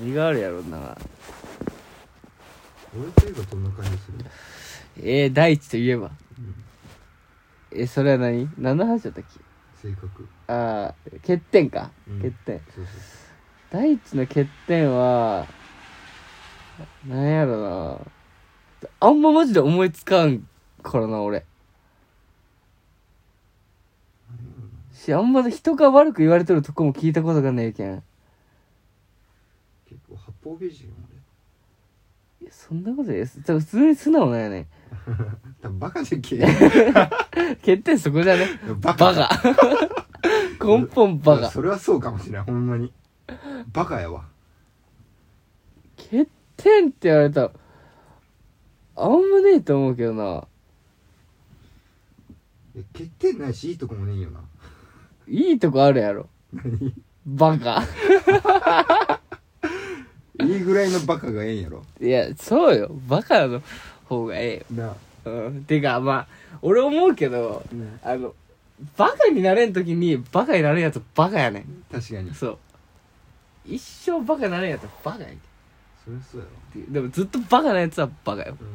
何があるやろな俺といえばどんな感じする、えー、大地といえばうん、えそれは何何の話だったっけ性格ああ欠点か、うん欠点そうそう大地の欠点はなんやろなあんまマジで思いつかんからな俺しあんま人が悪く言われてるとこも聞いたことがないけんい結構八方美人やそんなことないです普通に素直なんやね俺多分バカでけえ欠点そこじゃねバ バカ 根本バカそれはそうかもしれないほんまにバカやわ欠点って言われたらあんまねえと思うけどないや欠点ないしいいとこもねえよないいとこあるやろ何バカいいぐらいのバカがええんやろいやそうよバカの方がえなあ、えよ、うん、てかまあ俺思うけどあのバカになれん時にバカになれんやつバカやねん確かにそそう一生バカになれんやつはバカやねんりゃそうやろっていうでもずっとバカなやつはバカようん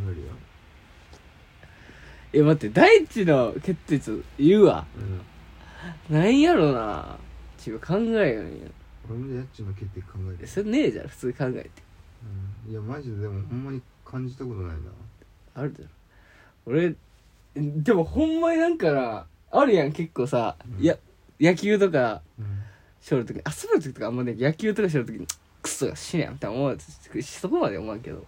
わかるよえ待って大地の欠点ちょっと言うわうんなんやろなちょ考えよんや俺もやっちの欠点考えるそれねえじゃん普通に考えてうんいやマジででもほんまに感じたことないなあるだろ俺でもほんまになんかなあるやん結構さ、うんや野球とかうんしょるとき遊ぶ時とかあんまね野球とかしょるときにクソが死ねやんって思うやつそこまで思わんけど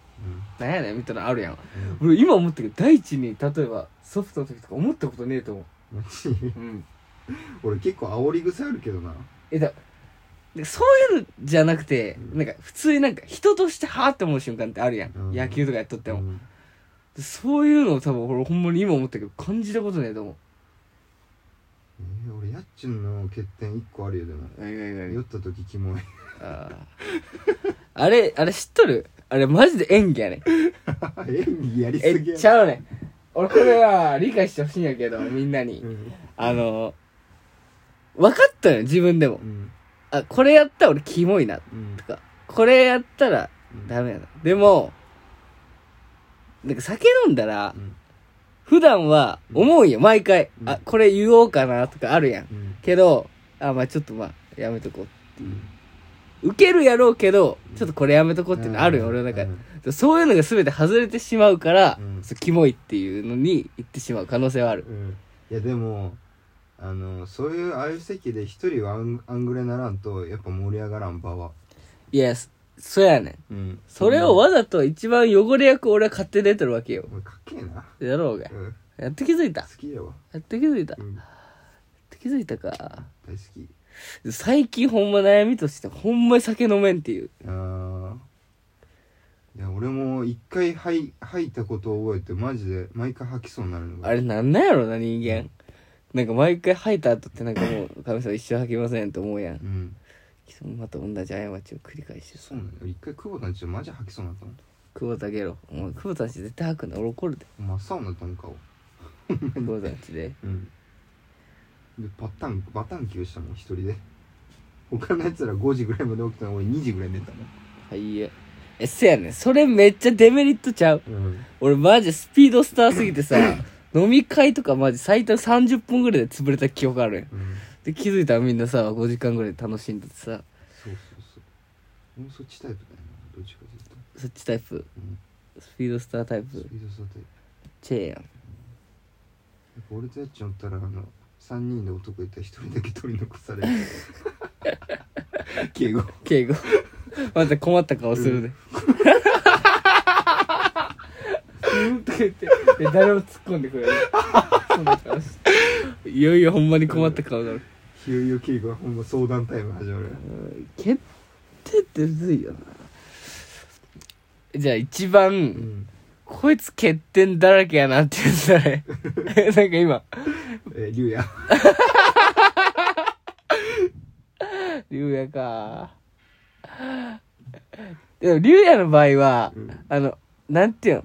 なんやねんみたいなのあるやんうん俺今思ったけど大地に例えばソフトの時とか思ったことねえと思マジううん俺結構煽り癖あるけどなえだでそういうのじゃなくて、うんなんか普通になんか人としてはあって思う瞬間ってあるやん、うん野球とかやっとっても、うんでそういうのを多分俺ほんまに今思ったけど感じたことねえと思うえー俺やっちの欠点1個あるよでも酔った時キモい あーあれあれ知っとるあれマジで演技やね演技やりすぎえやちゃうね俺これは理解してほしいんやけどみんなにうんあの分かったよ自分でもうんあこれやったら俺キモいなうんとかこれやったらうんダメやなでもなんか酒飲んだらうん普段は思うんよ毎回うんあこれ言おうかなとかあるやんうんけどあまあちょっとまあやめとこううんウケるやろうけど、ちょっとこれやめとこうっていうのあるよ、俺の中うんで。そういうのが全て外れてしまうから、うんそうキモいっていうのに行ってしまう可能性はある。うんいやでもあのそういうああいう席で一人はあんあんぐれならんとやっぱ盛り上がらん場は、いや、そそうやねん。うん、それをわざと一番汚れ役を俺は買って出てるわけよ。俺かっけえな、やろうがう。ん、やって気づいた好。きやわ、やって気づいた。うやっん、て気づいたか。大好き最近ほんま悩みとして、ほんまに酒飲めんっていう。あーいや俺も一回吐い吐いたことを覚えてマジで毎回吐きそうになるのがあれなんなんやろな、人間。なんか毎回吐いた後ってなんかもう、神様一生吐きませんって思うやんう。んまた同じ過ちを繰り返してさそうなのよ一回久保田んちマジ吐きそうになったもん久保田ゲロお前久保田んち絶対吐くな俺怒るで真っ青になったもん顔久保田んちでうんでパタンバタンキューしたもん一人で他のやつら5時ぐらいまで起きたの俺2時ぐらいに寝たもんはいええせやねんそれめっちゃデメリットちゃううん俺マジスピードスターすぎてさ飲み会とかマジ最短30分ぐらいで潰れた記憶あるやんうんで気づいたらみんなさ5時間ぐらい楽しんでてさそうそうそう俺もそっちタイプだよなどっちかというと、そっちタイプうん、スピードスタータイプスピードスタータイプチェーンやんやっぱ俺とやっちゃったらあの3人で男いたら1人だけ取り残される敬 語敬語また困った顔するで、うんとか言ってで誰も突っ込んでくれないそんな顔していよいよほんまに困った顔だろいよいよ敬語はほんま相談タイム始まる決定ってむずいよなじゃあ一番、うんこいつ欠点だらけやなって言ったねなんか今えー、龍也竜也かでも竜也の場合は、うんあのなんていうの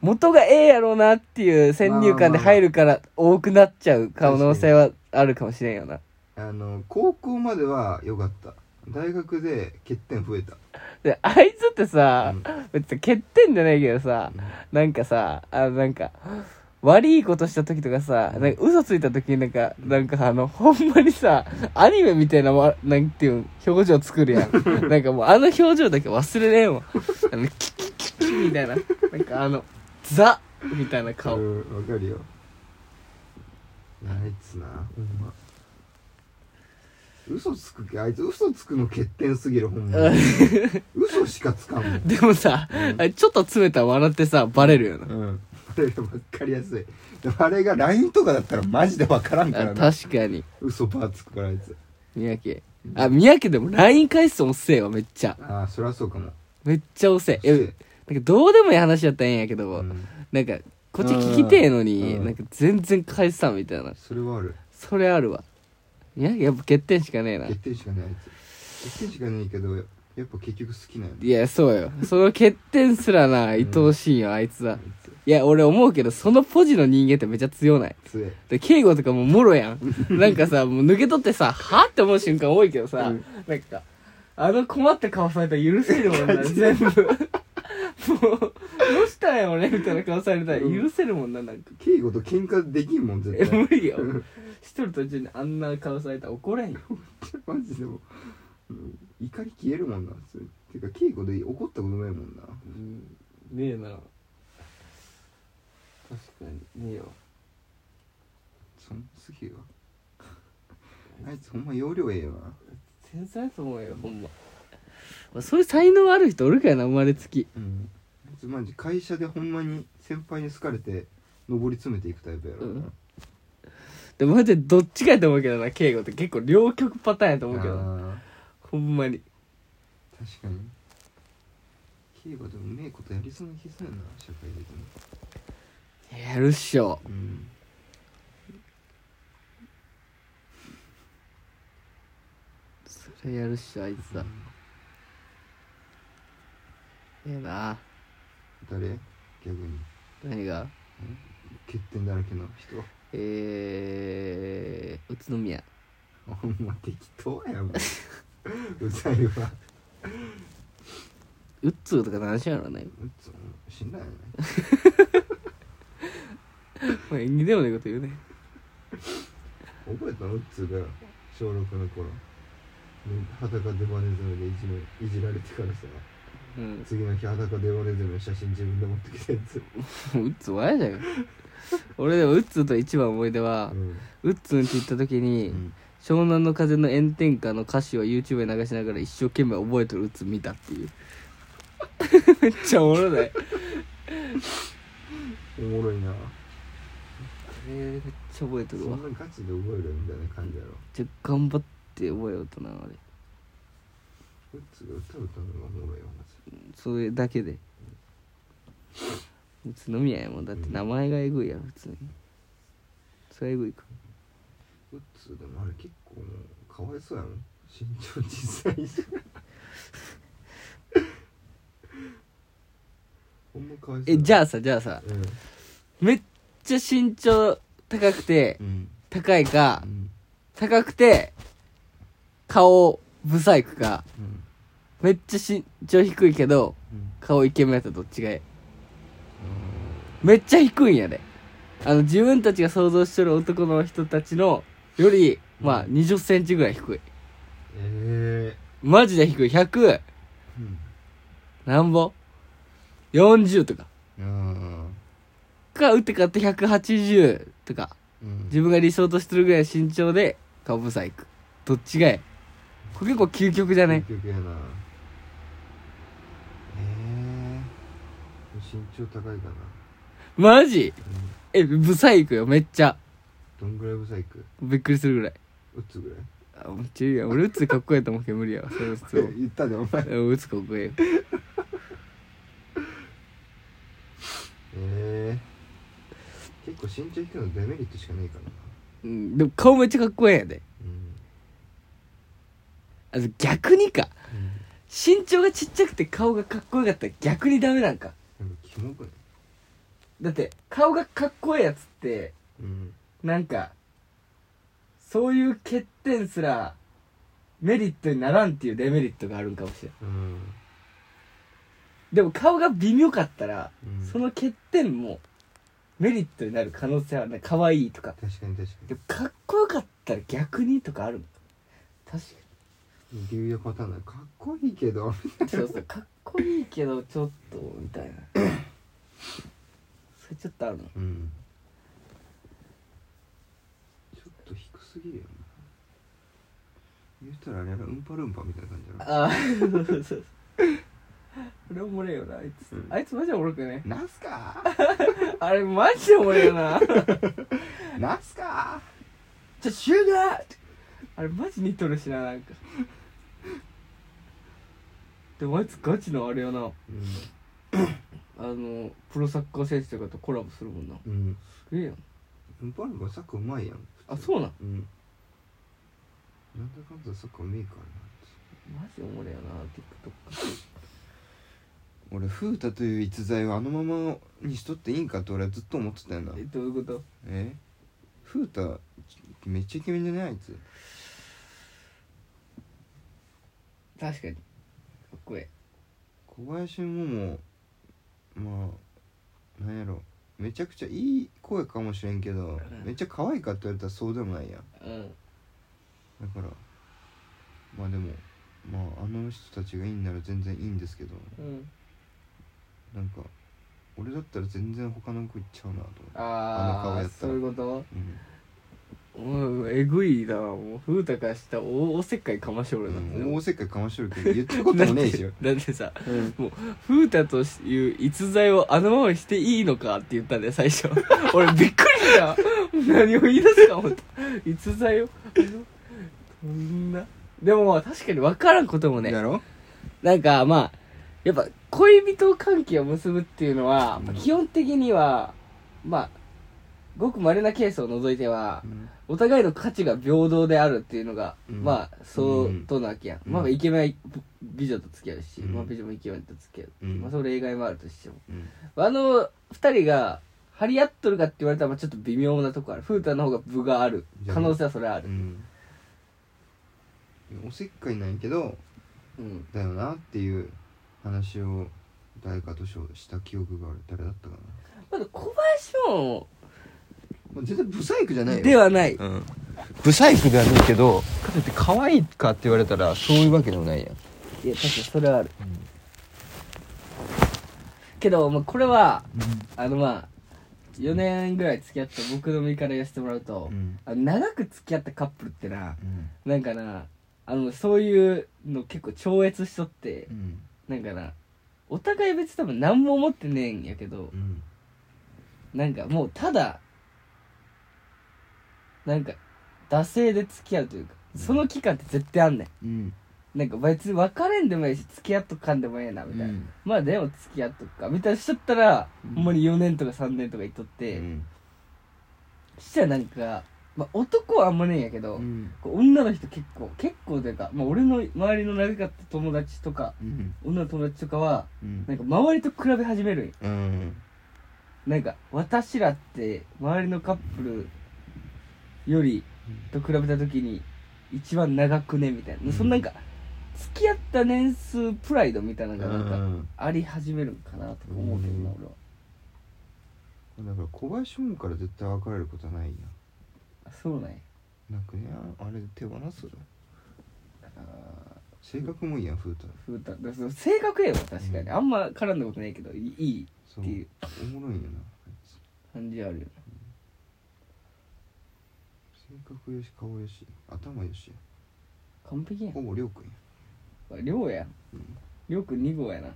元がええやろうなっていう先入観で入るから多くなっちゃう可能性はあるかもしれんよなあの高校までは良かった大学で欠点増えた、であいつってさ、うん別に欠点じゃないけどさなんかさあのなんか悪いことした時とかさなんか嘘ついた時になんかなんかあのほんまにさアニメみたいなわなんていうん表情作るや んなんかもうあの表情だけ忘れれんわあのキキキキみたいななんかあのザみたいな顔、 うんわかるよいやあいつなほんま嘘つくけあいつ嘘つくの欠点すぎるほんまに嘘しかつかんもんでもさ、あれちょっと詰めたら笑ってさバレるよな、うんあれが分かりやすいでもあれが LINE とかだったらマジで分からんかあらな確かに嘘ばーつくからあいつ三宅あ三宅でも LINE 返すの遅えわめっちゃああそりゃそうかもめっちゃ遅ええなんかどうでもいい話やったらええんやけど、うんなんかこっち聞きてえのに、うんなんか全然返さんみたいなそれはあるそれあるわいややっぱ欠点しかねえな欠点しかないあいつ欠点しかないけどやっぱ結局好きなんやいやそうよその欠点すらな愛おしいよあいつあはいついや俺思うけどそのポジの人間ってめっちゃ強ない強いで敬語とかももろや んなんかさもう抜け取ってさはって思う瞬間多いけどさ、うんなんかあの困った顔されたら許せるもんな全部もうどうしたんや俺みたいな顔されたら許せるもんななんか敬語と喧嘩できんもん絶え無対 理よしとる途中にあんな顔されたら怒れんよマジでもう、うん怒り消えるもんなそれてか敬語で怒ったことないもんなねえな確かにねえよそんすげえわあいつほんま容量ええわ天才やと思うよほんま、まあ、そういう才能ある人おるからな生まれつきうんあいつマジ会社でほんまに先輩に好かれて上り詰めていくタイプやろうんでもマジでどっちかやと思うけどな敬語って結構両極パターンやと思うけどなあほんまにー確かに敬語でもうめえことやりそうな気するな社会的にやるっしょうんそれやるっしょあいつだええな誰逆に何が欠点だらけの人えー、宇都宮ほんま適当やもんうざいわうっつーとか何しやろねうつ死んだよねまあ縁起でもないこと言うね覚えたのうつが小6の頃裸デバネズミでいじめいじられてからさうん次の日裸デバネズミの写真自分で持ってきたやつ、うっつー前じゃん俺でもうっつーと一番思い出はうんうっつーんって言った時うに、ん、湘南の風の炎天下の歌詞を YouTube に流しながら一生懸命覚えてるうっつー見たっていう めっちゃおもろないおもろいなあれめっちゃ覚えてそるわんなガチで覚えるみたいな感じやろじゃ頑張って覚えようとなあれうつが歌歌うのがおもろいわまずそれだけで宇都宮やもんだって名前がえぐいやろ普通にそれはえぐいかうつでもあれ結構もうかわいそうやもん身長小さいしほんまかわいそうえじゃああさじゃあさうんめっちゃ身長高くてうん高いかうん高くて顔ブサイクかうんめっちゃ身長低いけどうん顔イケメンやったらどっちがええめっちゃ低いんやであの自分たちが想像しとる男の人たちのよりまあ2 0ンチぐらい低いええマジで低い100うんなんぼ ?40 とか。あか、打って買って180とか。ーうん自分が理想としてるぐらいの身長で、顔ブサイク。どっちがええこれ結構究極じゃね究極やなええ身長高いかな、マジうん、え、ブサイクよ、めっちゃ。どんぐらいブサイクびっくりするぐらい。打つぐらいあ、めっちゃいいやん。俺打つかっこええと思うけど無理やわ。それ打つ言ったでお 前を。打つかっこええよ。ええ結構身長低いのデメリットしかないからなうん、でも顔めっちゃかっこええんやで。うんあの、逆にか。身長がちっちゃくて顔がかっこよかったら逆にダメなんか。なんかキモくないだって、顔がかっこええやつって、うんなんか、そういう欠点すら、メリットにならんっていうデメリットがあるんかもしれんうん、でも顔が微妙かったら、うん、その欠点もメリットになる可能性はね可愛いとか確かに確かでもかっこよかったら逆にとかあるの確かに理由はパターンだかっこいいけどにそう そうかっこいいけどちょっとみたいなそれちょっとあるのうんちょっと低すぎるよな言うたらあれやなうんぱるんぱみたいな感じやああそうそうそうこれおもれえよなあいつ、うんあいつマジおもろくねななんすかあれマジでおもろいよななんすかじゃシュガーあれマジ似とるしななんかでもあいつガチのあれよなう、あのプロサッカー選手とかとコラボするもんなんうん、すげえやんうんぱるんぱサッカーうまいやんあそうなんうんなんだかんだサッカーうめえからなマジおもれえよな TikTok 俺風太という逸材をあのままにしとっていいんかって俺はずっと思ってたよなえどういうことえ風太めっちゃイケメンじゃないあいつ確かにかっこえ小林桃まあなんやろめちゃくちゃいい声かもしれんけどんめっちゃ可愛いかって言われたらそうでもないやんえうんだからまあでもまああの人たちがいいんなら全然いいんですけどうんなんか俺だったら全然他の子行っちゃうなと思ってあのあ顔やあったそうらいうことうんうんえぐいなもう風太からしたら大おせっかいかましおるな、うん大せっかいかましとるけど言ってることもねえし よだってだってさうん風太という逸材をあのままにしていいのかって言ったんだよ最初 俺びっくりした何を言い出すか思った逸材をあのそんなでもまあ確かに分からんこともねだろなんかまあやっぱ恋人関係を結ぶっていうのは、うん基本的にはまあごく稀なケースを除いてはう、んお互いの価値が平等であるっていうのが、うんまあ相当なわけやん、うんまあイケメン美女と付き合うし、うんまあ美女もイケメンと付き合う、うんまあそれ以外もあるとしてもうんあの二人が張り合っとるかって言われたらまあちょっと微妙なとこある風太の方が部がある可能性はそれはあうるんおせっかいなんやけどうんだよなっていう話を誰かとしょした記憶がある誰だったかまな、だ小林もまあ、全然ブサイクじゃないよではないうんブサイクではないけどかといって可愛いかって言われたらそういうわけでもないやいんや確かにそれはある、けど、まあ、これはあのまあ4年ぐらい付き合った僕の身から言わせてもらうと、うんあの長く付き合ったカップルってな、うんなんかなあのそういうの結構超越しとってうんなんかなお互い別に多分何も思ってねえんやけどうんなんかもうただなんか惰性で付き合うというかその期間って絶対あんねうんんなんか別に別れんでもいいし付き合っとかんでもええなみたいな、まあでも付き合っとくかみたいなしちゃったら、うんほんまに4年とか3年とかいっとって、うんそしたらなんか、まあ、男はあんまねえんやけど、うんこう女の人結構結構というか、まあ、俺の周りの長かった友達とかうん女の友達とかはうんなんか周りと比べ始めるんようんなんか私らって周りのカップルよりと比べた時に一番長くねみたいな、うんそのなんか付き合った年数プライドみたいなのがなんかうんあり始めるんかなとか思うけどなうん俺はだから小林もから絶対別れることはないやんあそうなんやなんかねああれ手放すのあ性格もいいやん風太ーふうただからその性格ええわ確かに、うんあんま絡んだことないけどいいいそっていうおもろいんやなあいつ感じあるよ性格よし顔よし頭よしな完璧やんほぼりょうくんやりょうやうんりょうくん2号やな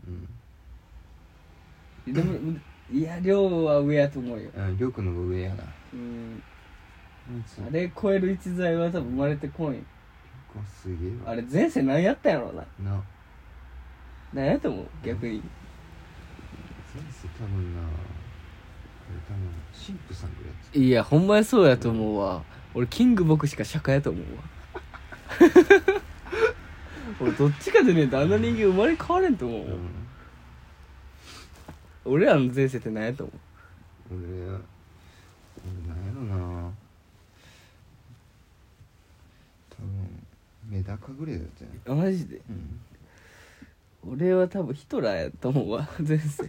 うんでも いやりょうは上やと思うよありょうくんの方が上やなあうんいつあれ超える逸材は多分生まれてこいんこすげえわあれ前世何やったんやろうなな何やと思う逆に先生多分なあれ多分神父さんぐらいやついやほんまにそうやと思うわ俺キング僕しか釈迦やと思う わ俺どっちかでねえとあんな人間生まれ変われんと思う、うん俺らの前世って何やと思俺俺なんやろな多分目立で赤グレーだったよねマジでう俺は多分ヒトラーやと思うわ 前世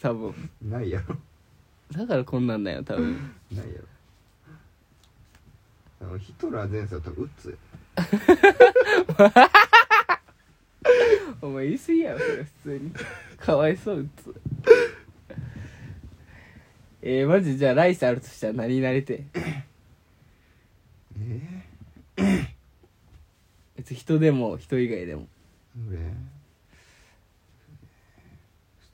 多分んないやろだからこんなんだよ多分ないやろあのヒトラー前世は多分ウッツやお前言い過ぎやろそれ普通に かわいそううつ えー、マジじゃあ来世あるとしたら何になりてええ別に人でも人以外でもー、俺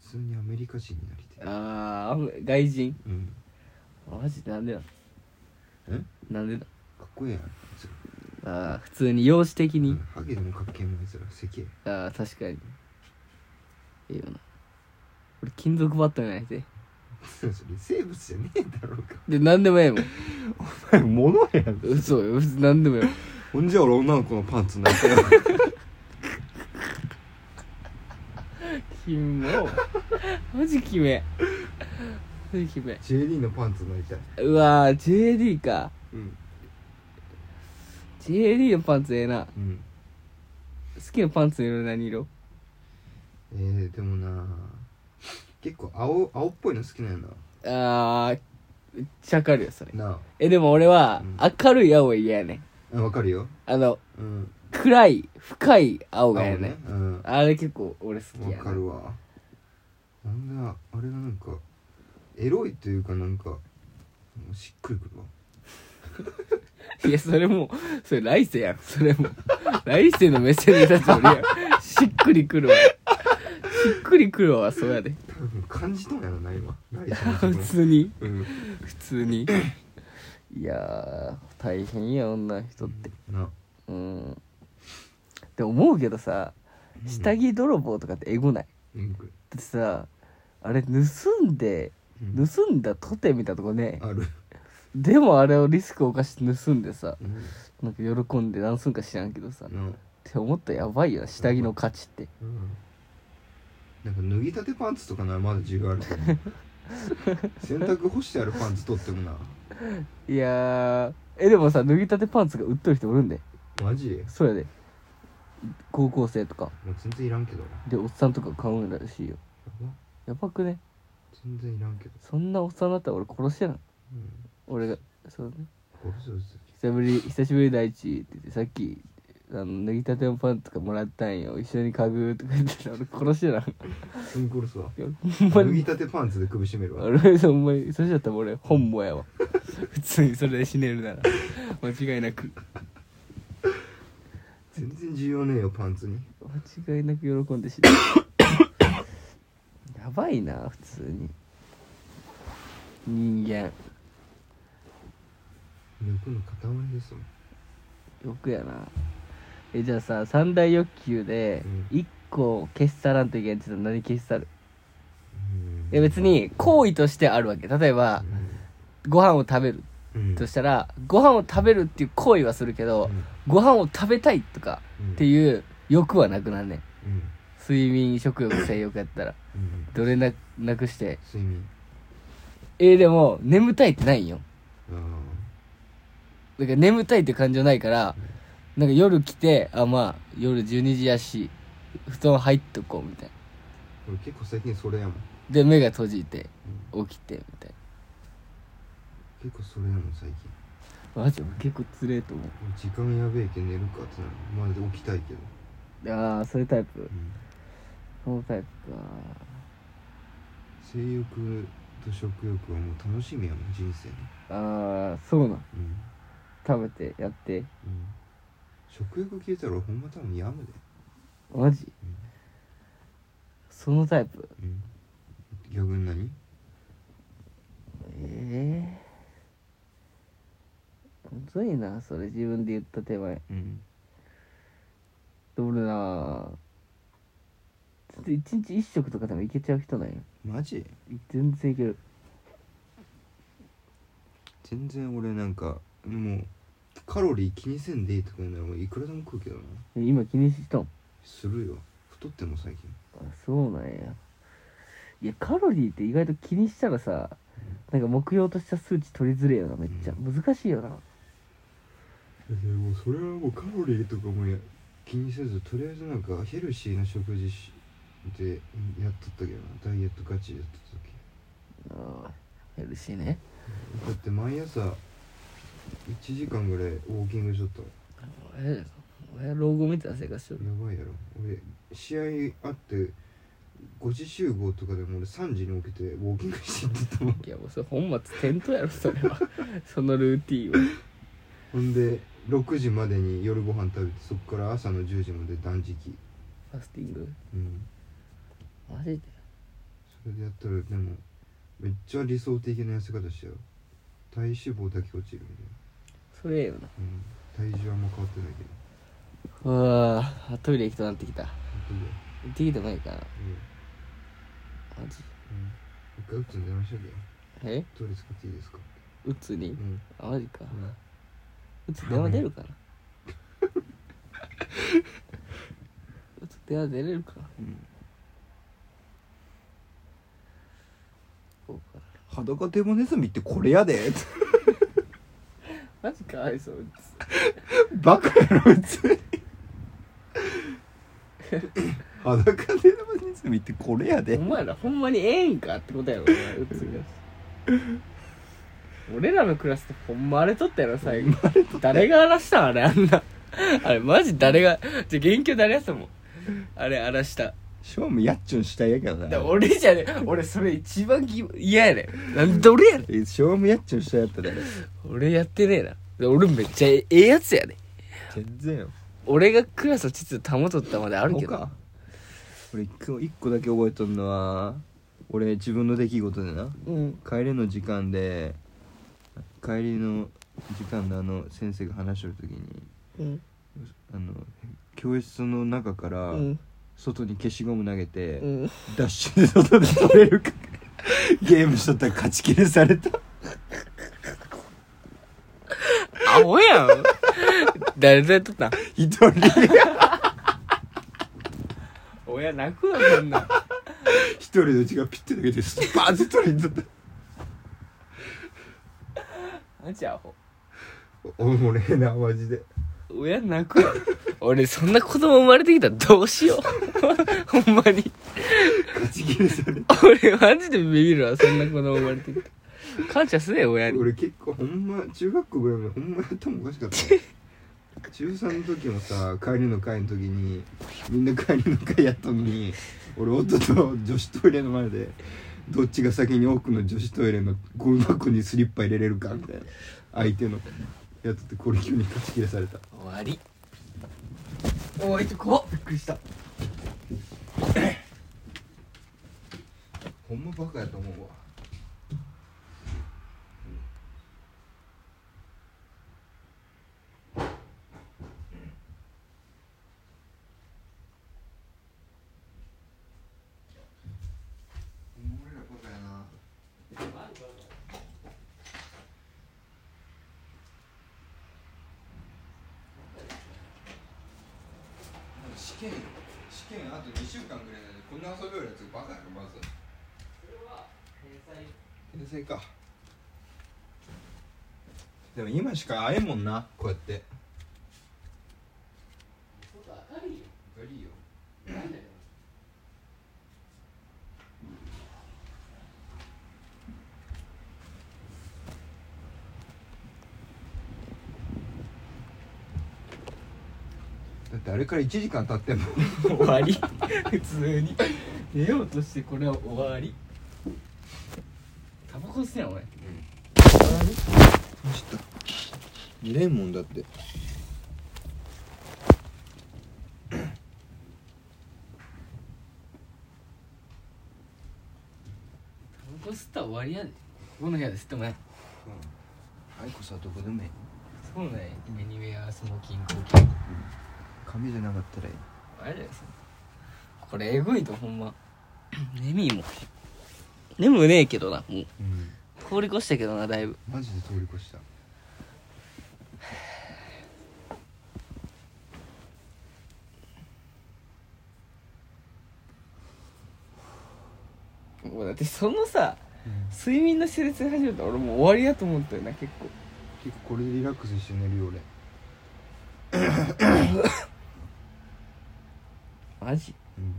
普通にアメリカ人になりたいあー外人うんマジなんでなんえなんでかっこええやんあいつらなんあー普通に容姿的うにんハゲでもかっけえもんあいつらせけえああ確かにいいよな俺金属バットになりてえそれ生物じゃねえだろうかで何でもええもんお前 物やん嘘よ別に何でもええ もんほんじゃ俺女の子のパンツになりたい キモ マジキメマジキメ JD のパンツになりたいうわー JD かうん、 JD のパンツええなうん好きなパンツの色何色えー、でもな結構青青っぽいの好きなんやあーめっちゃわかるよそれななえでも俺はうん明るい青は嫌やねんああわかるよあのうん暗い深い青が嫌やねねうんあれ結構俺好きわやかなるわなんだあれがなんかエロいというかなんかもうしっくりくるわ いやそれもうそれ来世やんそれも来世の目線で立つ俺やんしっくりくるわしっくりくるわそうやで多分感じとんやろな今来週普の 自通に分うん普通にいやー大変や女の人ってなうんでも思うけどさ下着泥棒とかってエゴないうんこれだってさあれ盗んでうん盗んだとてみたいなとこねあるでもあれをリスクを犯して盗んでさうんなんか喜んで何すんか知らんけどさっなて思ったらやばいよな下着の価値ってうんなんか脱ぎたてパンツとかならまだ需要ある けど洗濯干してあるパンツ取ってもないやーえでもさ脱ぎたてパンツが売っとる人おるんでマジでそうやで高校生とかもう全然いらんけどやでおっさんとか買うんらしいよばやばくね全然いらんけど、そんなおっさんだったら俺殺してなうん、俺がそうねこれそうです久しぶり久しぶり大地って言ってさっきあの脱ぎたてのパンとかもらったんよ一緒に家具とか言ってたら俺殺してなうん殺すわほんま脱ぎにたてパンツで首絞めるわ俺ほんまにそしちゃったら俺本望やわ普通にそれで死ねるなら間違いなく全然需要ねえよパンツに間違いなく喜んで死ねる やばいな普通に人間抜くの塊ですもん欲やなえじゃあさ三大欲求でうん一個消し去らんといけんって言ったら何消し去るうんいや別に行為としてあるわけ例えばご飯を食べるうんとしたらご飯を食べるっていう行為はするけどご飯を食べたいとかうんっていう欲はなくなんねんうん睡眠食欲性欲やったらうんどれななくして睡眠えーでも眠たいってないんよあだから眠たいって感情ないからなんか夜来てあまあ夜12時やし布団入っとこうみたいなあ俺結構最近それやもん、で目が閉じてうん起きてみたい結構それやもん最近なマジで俺結構つれえと思う俺時間やべえけん寝るかってなるまだ起きたいけど、ああそういうタイプうんそのタイプか性欲と食欲はもう楽しみやもん人生のああそうなんうん食べてやってうん食欲消えたら俺ほんま多分やむでマジそのタイプうん逆に何ええむずいなそれ自分で言った手前うんどれなちょっと一日一食とかでもいけちゃう人なんよマジ全然いける全然俺なんかもうカロリー気にせんでいいとかならもういくらでも食うけどな今気にしたんするよ太っても最近あそうなんやいやカロリーって意外と気にしたらさなんか目標とした数値取りづれえよなめっちゃ、う難しいよなもうそれはもうカロリーとかもや気にせずとりあえずなんかヘルシーな食事しでやっとったけどなダイエットガチやっとった時ヘルシーねだって毎朝1時間ぐらいウォーキングしとった俺俺老後みたいな生活しとるやばいやろ俺試合あって5時集合とかでも俺3時に起きてウォーキングして行ってたもんいやもうそれ本末転倒やろそれは そのルーティーンはほんで6時までに夜ご飯食べてそっから朝の10時まで断食ファスティングうんマジでそれでやったらでもめっちゃ理想的な痩せ方したよ体脂肪だけ落ちるみそれええよなたいな、うん、体重あんま変わってないけどうわートイレ行きとなってきた行本っ当だよてきてもいいかなうんマジうん一回打つん出ましたけどえトイレ使っていいですかうつにうんあマジかんうつ電話出る かなうつ電話出れるかうんこうか裸デモネズミってこれやでマジかわいそううつ バカやろ別に裸デモネズミってこれやお前らほんまにええんかってことやろお前うつが俺らのクラスってほんま荒れとったやろ最後誰が荒らしたんあれあんなあれマジ誰がじゃ元気誰やったもんあれ荒らした正味やっちゅんしたいやけどだからな俺じゃね俺それ一番ぎ嫌やねんなんで俺やねん正味やっちゅんしたいやったで俺やってねえなで俺めっちゃええやつやねん全然よ俺がクラスの秩序保とったまであるけど他俺一個一個だけ覚えとんのは俺自分の出来事でなうん帰りの時間で帰りの時間であの先生が話してる時にうんあの教室の中かうらん外に消しゴム投げて、うんダッシュで外で取れるか ゲームしとったら勝ち切れされたアホやん誰とやっとったん一人親泣くわそんなん一人のうちがピッて投げてスパーンって取りに取ったマジアホおもれえなマジで親泣くわ 俺そんな子供生まれてきたらどうしよう ほんまに勝ち切れされた俺マジでビビるわそんな子供生まれてきた感謝すね親 に俺結構ほんま中学校ぐらいまでほんまやったもおかしかったもん中3の時もさ帰りの会の時にみんな帰りの会やっとんのに俺夫と女子トイレの前でどっちが先に奥の女子トイレのゴミ箱にスリッパ入れれるかみたいな相手のやっとってこれ急に勝ち切れされた終わりおいちょ怖っびっくりした ほんまバカやと思うわ俺らバカやな試験試験あと2週間ぐらいなんでこんな遊びよるやつバカやろまず。天才かでも今しか会えんもんなこうやって明るいよ悪いよなんだよだってあれから1時間経っても終わり 普通に出ようとしてこれは終わりタバコ吸ってんやん俺ちょっと見れんもんだってタバコ吸ったら終わりやでここの部屋で吸ってもね愛子さどこでもええそうなんやエニウェアスモーキングコーキング髪じゃなかったらえあれだよそれこれえぐいとほんま眠いもん眠ねえけどなもうえ、うん、通り越したけどなだいぶマジで通り越したもうだってそのさ、睡眠の施設始めたら俺もう終わりやと思ったよな結構結構これでリラックスして寝るよ俺マジうん